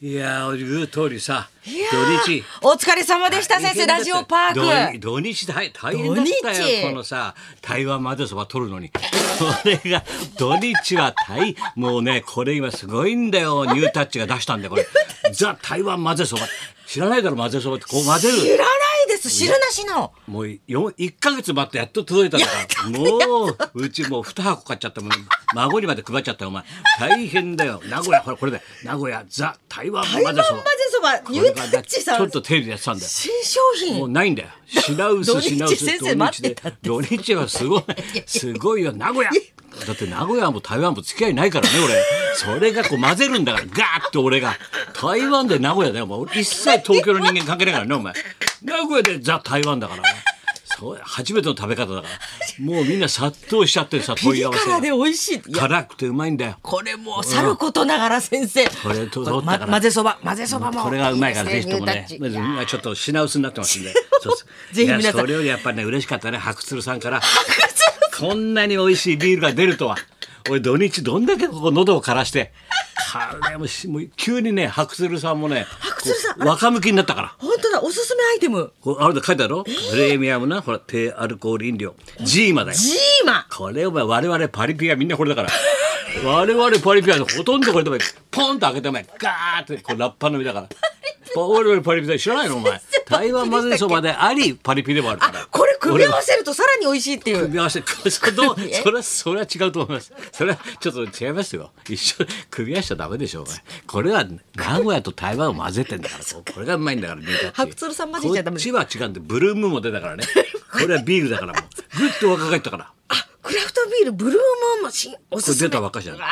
いやー言う通りさいや土ー日お疲れ様でした先生ラジオパーク土日土日大大変だった土日よこのさ台湾までそば取るのにそれが土日は大もうねこれ今すごいんだよニュータッチが出したんでこれザ台湾混ぜそば知らないだろ混ぜそばってこう混ぜ知るらないです汁なしのもうよ一ヶ月待ってやっと届いたんだからもううちもう2箱買っちゃったもん孫にまで配っちゃったよお前大変だよ名古屋ほらこれだよ名古屋ザ台湾混台湾ぜ混ぜそばそばニュータッチさちょんっとテレビでやってたんだよ新商もう品ないんだよ。品薄土日品薄先生待ってたん土日はすごいすごいよ名古屋。だって名古屋も台湾も付き合いないからね俺。それがこう混ぜるんだからガーッと俺が台湾で名古屋だよお前俺一切東京の人間関係ないからねお前名古屋でザ台湾だからね。そう初めての食べ方だからもうみんな殺到しちゃってさピ問いリ合わ辛せでが美味しいいや辛くてうまいんだよ。これもうさることながら先生これと取ったから混ぜそば混ぜそばもこれがうまいからぜひともねニュータまッずチ今ちょっと品薄になってますんでそうそう ぜひ皆さんいやそれよりやっぱりね嬉しかったね白鶴さんからこんなに美味しいビールが出るとは俺土日どんだけここ喉を枯らしてこれもしもう急にね白鶴さんもね白鶴さんこう若向きになったから本当だおすすめアイテムこうあれだ書いてあるろプレミアムなほら低アルコール飲料ジーマだよジーマこれお前我々パリピはみんなこれだから我々パリピはほとんどこれでもポンと開けてお前ガーってこうラッパ飲みだから我々パリピだ知らないのお前台湾混ぜそばでありパリピでもあるからこれ組み合わせるとさらに美味しいっていう組み合わせそれどう組み合わせそれはそれは違うと思いますそれはちょっと違いますよ一緒組み合わせちゃダメでしょお前これは名古屋と台湾を混ぜてんだ からこれがうまいんだからビールだって白鶴さん混ぜちゃダメですこっちは違うんでブルームーンも出たからねこれはビールだからもうグッと若返ったからあクラフトビールブルームーンも新おこすれすめ出た若じゃんうわ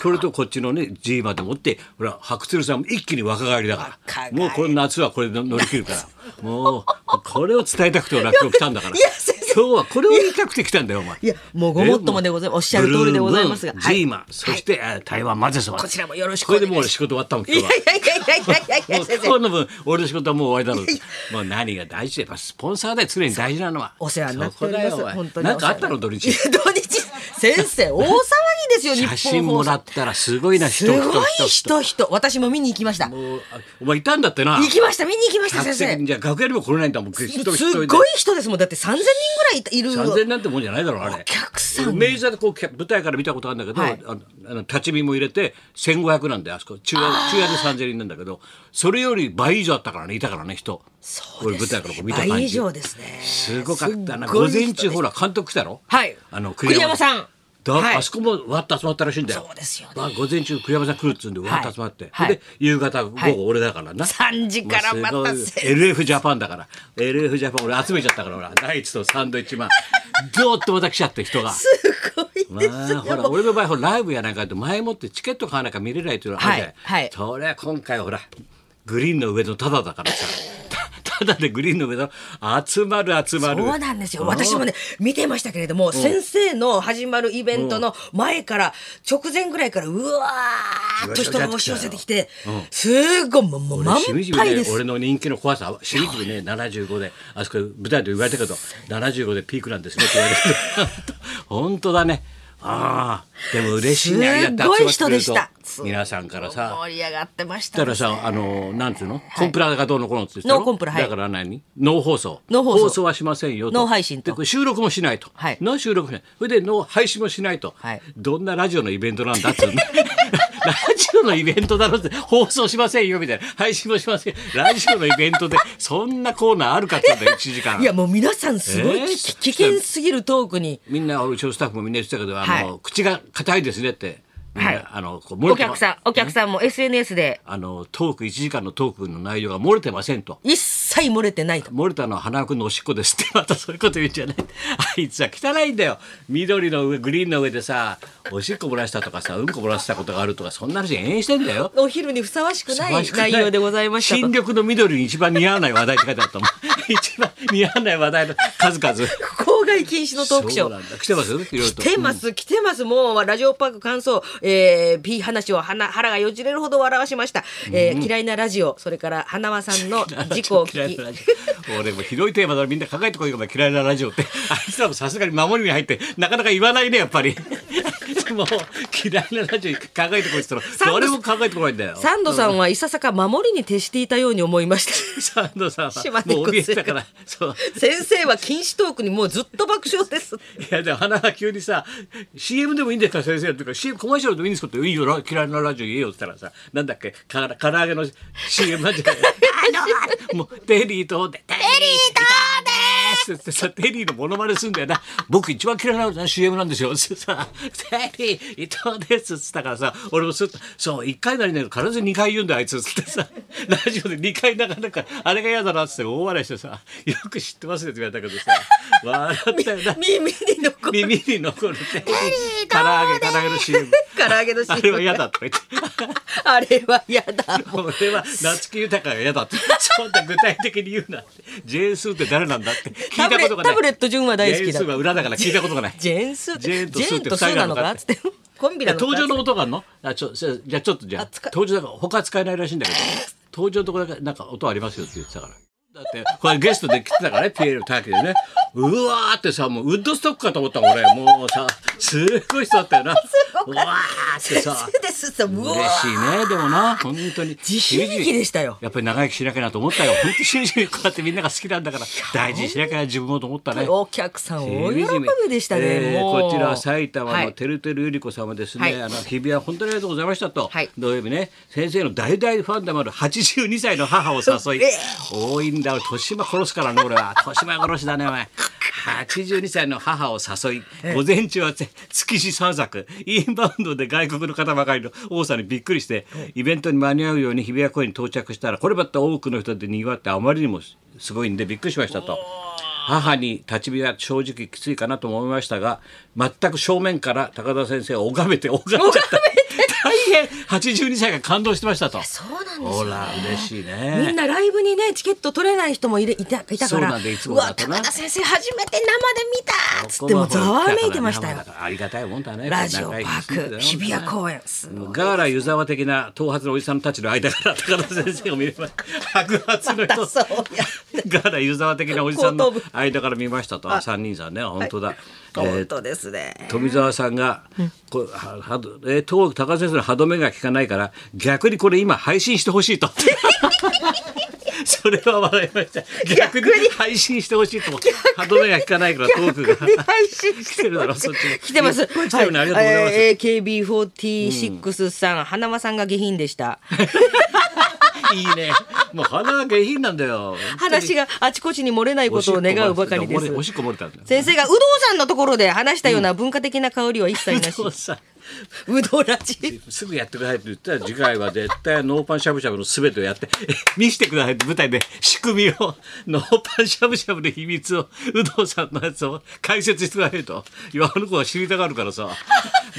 ーそれとこっちのね G まで持ってほら白鶴さんも一気に若返りだか若ら返りもうこの夏はこれで乗り切るからもうこれを伝えたくて俺は今日来たんだからいや先生今日はこれを言いたくて来たんだよお前いやもうごもっともでございますおっしゃる通りでございますがブルームーンはい G マそしてあ台湾混ぜそばこちらもよろしくこおれ願いでしますもう俺仕事終わったもん今いや日いは。やいやいやいやいやいもやう今先生日の分俺の仕事はもう終わりだろうもう何が大事でやっぱスポンサーで常に大事なのはお世話になっておりますそこだよおい本当になんかあったの土日いや土日先生大騒ぎですよ日本写真もらっったらすごいなす人ごい人人人人私も見に行きました行もうあお前いたんだってな。きました見に行きました客先席生にじゃあ楽屋にも来れないんだもん。すすっごい人ですもんだって3000人ぐらいいる三千なんてもんじゃないだろあれ。お客さん明治座でこうけ舞台から見たことあるんだけど、はいあのあの立ち見も入れて千五百なんであそこ中夜中夜で三千人なんだけど、それより倍以上あったからねいたからね人。そうで俺す舞台からこう見た感じ。倍以上ですねすごかったな。すっご午い人前中ほら監督来たろ。はいあの栗山さんだはいあそこもわっと集まったらしいんだよ。そうですよねまあ午前中栗山さん来るっつうんでわっと集まって、はいで夕方午はい後俺だからな。 3時からまもうたす先ごい LF ジャパンだから LF ジャパン俺集めちゃったからほらナイツとサンドイッチ マンどーっとまた来ちゃって人が。すごいまですあ、ほら俺の場合ほらライブやなんかだと前もってチケット買わなきゃ見れないというのはあるじゃない、はいはいそれは今回ほらグリーンの上のタダだからさ たただでグリーンの上の集まる集まるそうなんですよ私もね見てましたけれども先生の始まるイベントの前から直前ぐらいからうわーっと人が押し寄せてきてすごいもうもう満俺しみじみ杯ねです俺の人気の怖さしみじみね75であそこ舞台で言われたけど75でピークなんですねって 言われるけど本当だねああでも嬉しいねああやって集まってくれるとすごい人でした皆さんからさ盛り上がってましただねからさあのなんていうのコンプラがどうのこうのって言ってたノーコンプラはいだから何ノー放送ノー放送はしませんよとノー配信とでこれ収録もしないと、はいノー収録もしないそれでノー配信もしないと、はいどんなラジオのイベントなんだっつう のラジオのイベントだろって放送しませんよみたいな配信もしませんラジオのイベントでそんなコーナーあるかって言うんだよ1時間 いやもう皆さんすごいえー危危険すぎるトークにみんなうちのスタッフもみんな言ってたけどあの、はい口が硬いですねってみんな、はいあのこう漏れおてま客さんお客さんも SNS であのトーク1時間のトークの内容が漏れてませんと。一切漏れてないと森田の花輪君のおしっこですって またそういうこと言うんじゃないあいつは汚いんだよ緑の上グリーンの上でさおしっこ漏らしたとかさうんこ漏らしたことがあるとかそんな話延々してんだよお昼にふさわしくない内容でございました新と緑の緑に一番似合わない話題って書いてあったもん 一番似合わない話題の数々 公害禁止のトークショそうーなんだ来てますいろいろ来とてます、来てます、もうラジオパーク感想、えー、P 話を 鼻腹がよじれるほど笑わしました、えー嫌いなラジオ、それから花輪さんの事故を聞き嫌い敵なラジオ 俺も広いテーマだからみんな考えてこいよ嫌いなラジオって あいつらもさすがに守りに入ってなかなか言わないねやっぱり もう嫌いなラジオ考えてこいって言ったらンド誰も考えてこないんだよサンドさんはいささか守りに徹していたように思いました サンドさんは島根もう怯えて越たからそう先生は禁止トークにもうずっと爆笑ですいやでも花が急にさ CM でもいいんですか先生っていうか CM コマーシャルでもいいんですかっていいよラ嫌いなラジオ言えよって言ったらさなんだっけから唐揚げの CM なんじゃ ないあ のもうテリーとでテリーとですってさテリーのモノマネすんだよな僕一番嫌いなのは CM なんですよってさテリー伊藤ですっつったからさ俺もすっとそう一回なりないと必ず二回言うんだよあいつっつってさラジオで二回なかなかあれが嫌だなっつって大笑いしてさよく知ってますねって言われたけどさ笑ったよな耳に残 る耳に残るね。唐揚げ、唐揚げの CM。唐揚げのシあれはーン嫌だとか言って。あれは嫌だもう俺は夏木豊が嫌だって。そんな具体的に言うなって。ジェーンスーって誰なんだって聞いたこタブレとがない。タブレット順は大好ジェきーンだスーは裏だから聞いたことがない。ジェーンスージェーンとジスェーっーンてと二スー人ななののかかつってコンビなのか登場の音があるのあちょじゃあじゃあちょっとじゃああ使う登場だから他使えないらしいんだけど登場のとこだけなんか音ありますよって言ってたからだってこれゲストで来てたからねピエールターキーでねうわーってさもうウッドストックかと思った俺もうさすごい人だったよなうわーってさ 先生ですさう嬉わしいねでもな本当に地響きでしたよやっぱり長生きしなきゃなと思ったよ本当にしじみこうやってみんなが好きなんだから大事にしなきゃな自分もと思ったねお客さん大喜びでしたね、えーもうこちらは埼玉はのいてるてるゆり子様ですね、はいあの日比谷本当にありがとうございましたと、はい土曜日ね先生の大大ファンでもある82歳の母を誘い、え多いんだよ豊島殺すからね俺は 豊島殺しだねお前82歳の母を誘い午前中はつ築地散策インバウンドで外国の方ばかりの多さにびっくりしてイベントに間に合うように日比谷公園に到着したらこればった多くの人で賑わってあまりにもすごいんでびっくりしましたと。母に立ち見は正直きついかなと思いましたが全く正面から高田先生を拝めて拝っちゃった大変82歳が感動してましたとそうなんですほよら嬉しいみんねなライブにねチケット取れない人もいるいたいたそかうらなんだいつもうわだとな高田先生初めて生で見たっつってもうざわめいてましたよだからありがたいもんだねラジオパーク日比谷園公園すごいガーラ湯沢的な頭髪のおじさんたちの間から高田先生を見れば白髪の人、またそうやガーラ湯沢的なおじさんの後頭部間から見ましたと三人さんね本当だ、えー本当ですね富澤さんが、こうははどえーと高田先生の歯止めが効かないから逆にこれ今配信してほしい とそれは笑いました逆に配信してほしいと歯止めが効かないからトークが逆に 配信来してるだろそっちも来てます。いっぱい来てるね、ありがとうございます、えー AKB46 さん、花輪さんが下品でした。いいねもう鼻が下品なんだよ話があちこちに漏れないことを願うばかりでおしっこ漏れすてお。しっこ漏れたんだよ先生がうどんさんのところで話したような文化的な香りは一切なし。 そうさうどんラジ。すぐやってくださいって言ったら次回は絶対ノーパンしゃぶしゃぶの全てをやって見せてくださいって舞台で仕組みをノーパンしゃぶしゃぶの秘密を有働さんのやつを解説してくださいといやあの子は知りたがるからさ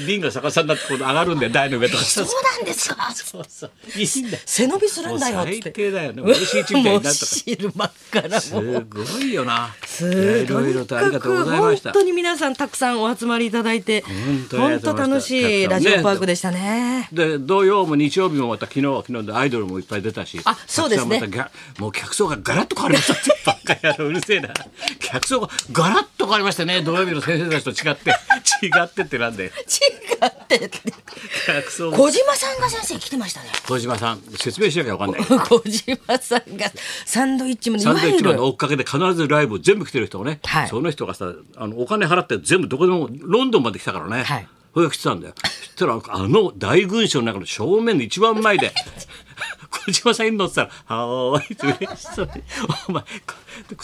瓶が逆さになってこう上がるんだよ台の上とかそうそうなんですか。そうそういいんだよ背伸びするんだよもっうつっ最て。低だよね美味しい一みたいになったからもう汁真っ赤なもう。すごいよなすいろいろとありがとうございました本当に皆さんたくさんお集まりいただいて本当にあり本がとう当ございま楽したしいラジオパークでしたねで土曜も日曜日もまた昨日は昨日でアイドルもいっぱい出たしあそうですねたくさんまたがもう客層がガラッと変わりましたってばっかやろうるせえな客層がガラッと変わりましたね土曜日の先生たちと違って違ってってなんで違ってって客層も小島さんが先生来てましたね小島さん説明しなきゃわかんない小島さんがサンドイッチもいサンわドイッゆチマンるの追っかけで必ずライブを全部来てる人をね、はいその人がさあのお金払って全部どこでもロンドンまで来たからね、はいそれが来てたんだよそしたらあの大群衆の中の正面の一番前で 小島さんいるのって言ったら「はーい」って嬉しそうに「お前こ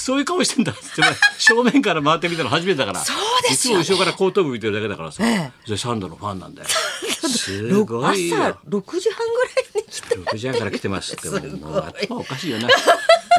そういう顔してんだ」っつってお前正面から回ってみたの初めてだからそうですよねいつも後ろから後頭部見てるだけだからさ、えでサンドのファンなんだよ。すろご朝いよ。 6時半ぐらいに来て6時半から来てますってもう すごいもう頭おかしいよな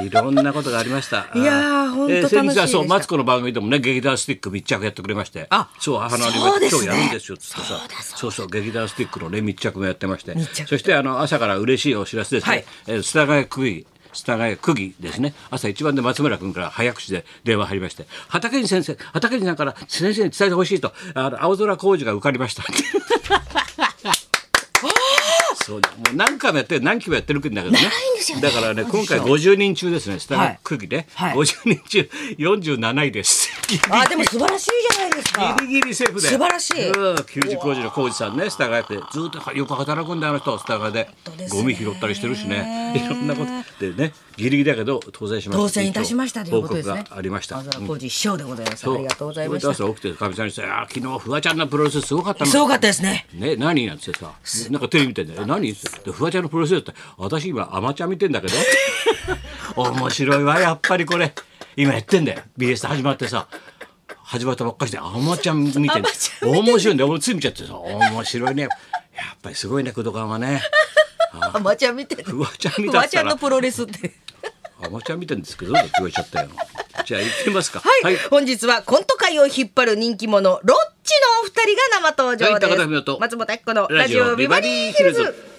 いろんなことがありました いやーほんとえ楽しい先日はそでうしたマツコの番組でもね劇団スティック密着やってくれましてあそう母のアニそうメで今す日ねやるんですよっつってさそうそう劇団スティックのね密着もやってまして密着そしてあの朝から嬉しいお知らせですね、はいえー、スタガヤクイスタガヤ区議ですね、朝一番で松村君から早口で電話入りまして畑に先生畑にさんから先生に伝えてほしいとあの青空工事が受かりましたってすそうもう何回もやって何期もやってるんだけどねないんですよねだからねそうで今し回ょ50人中ですね下はのい区議ね、はい50人中47位ですあでも素晴らしいじゃないですかギリギリセーフで素晴らしいうん、給仕工事の工事さんねスタガーやってずっとよく働くんだよあの人スタガーで当ですねゴミ拾ったりしてるしねいろんなことでねギリギリだけど当選しました当選いたしましたということです報ね告がありました青空浩二師匠でございます、そうありがとうございましたそれで朝起きてかみさんにさあー昨日フワちゃんのプロレスすごかったのすごかったですねね、何なんつってさ、なんかテレビ見てんだよ。え何っつって、フワちゃんのプロレスだって、私今アマチュア見てんだけど。 面白いわ、やっぱりこれ。今やってんだよ。BS 始まってさ。始まったばっかりで、アマチュア見てんだアよマチュア見てんだ面白いんだよ。俺つい見ちゃってさ、面白いね。やっぱりすごいね、工藤官はね。アマチュア見てるフワちゃん見フたワっちたゃんのら、プロレスってアマチュア見てんですけど、って言われちゃったよ。じゃあ行ってみますか。はい、本日はコント界を引っ張る人気者ロッチのお二人が生登場です、はい高田文夫と松本明子のラジオビバリーヒルズ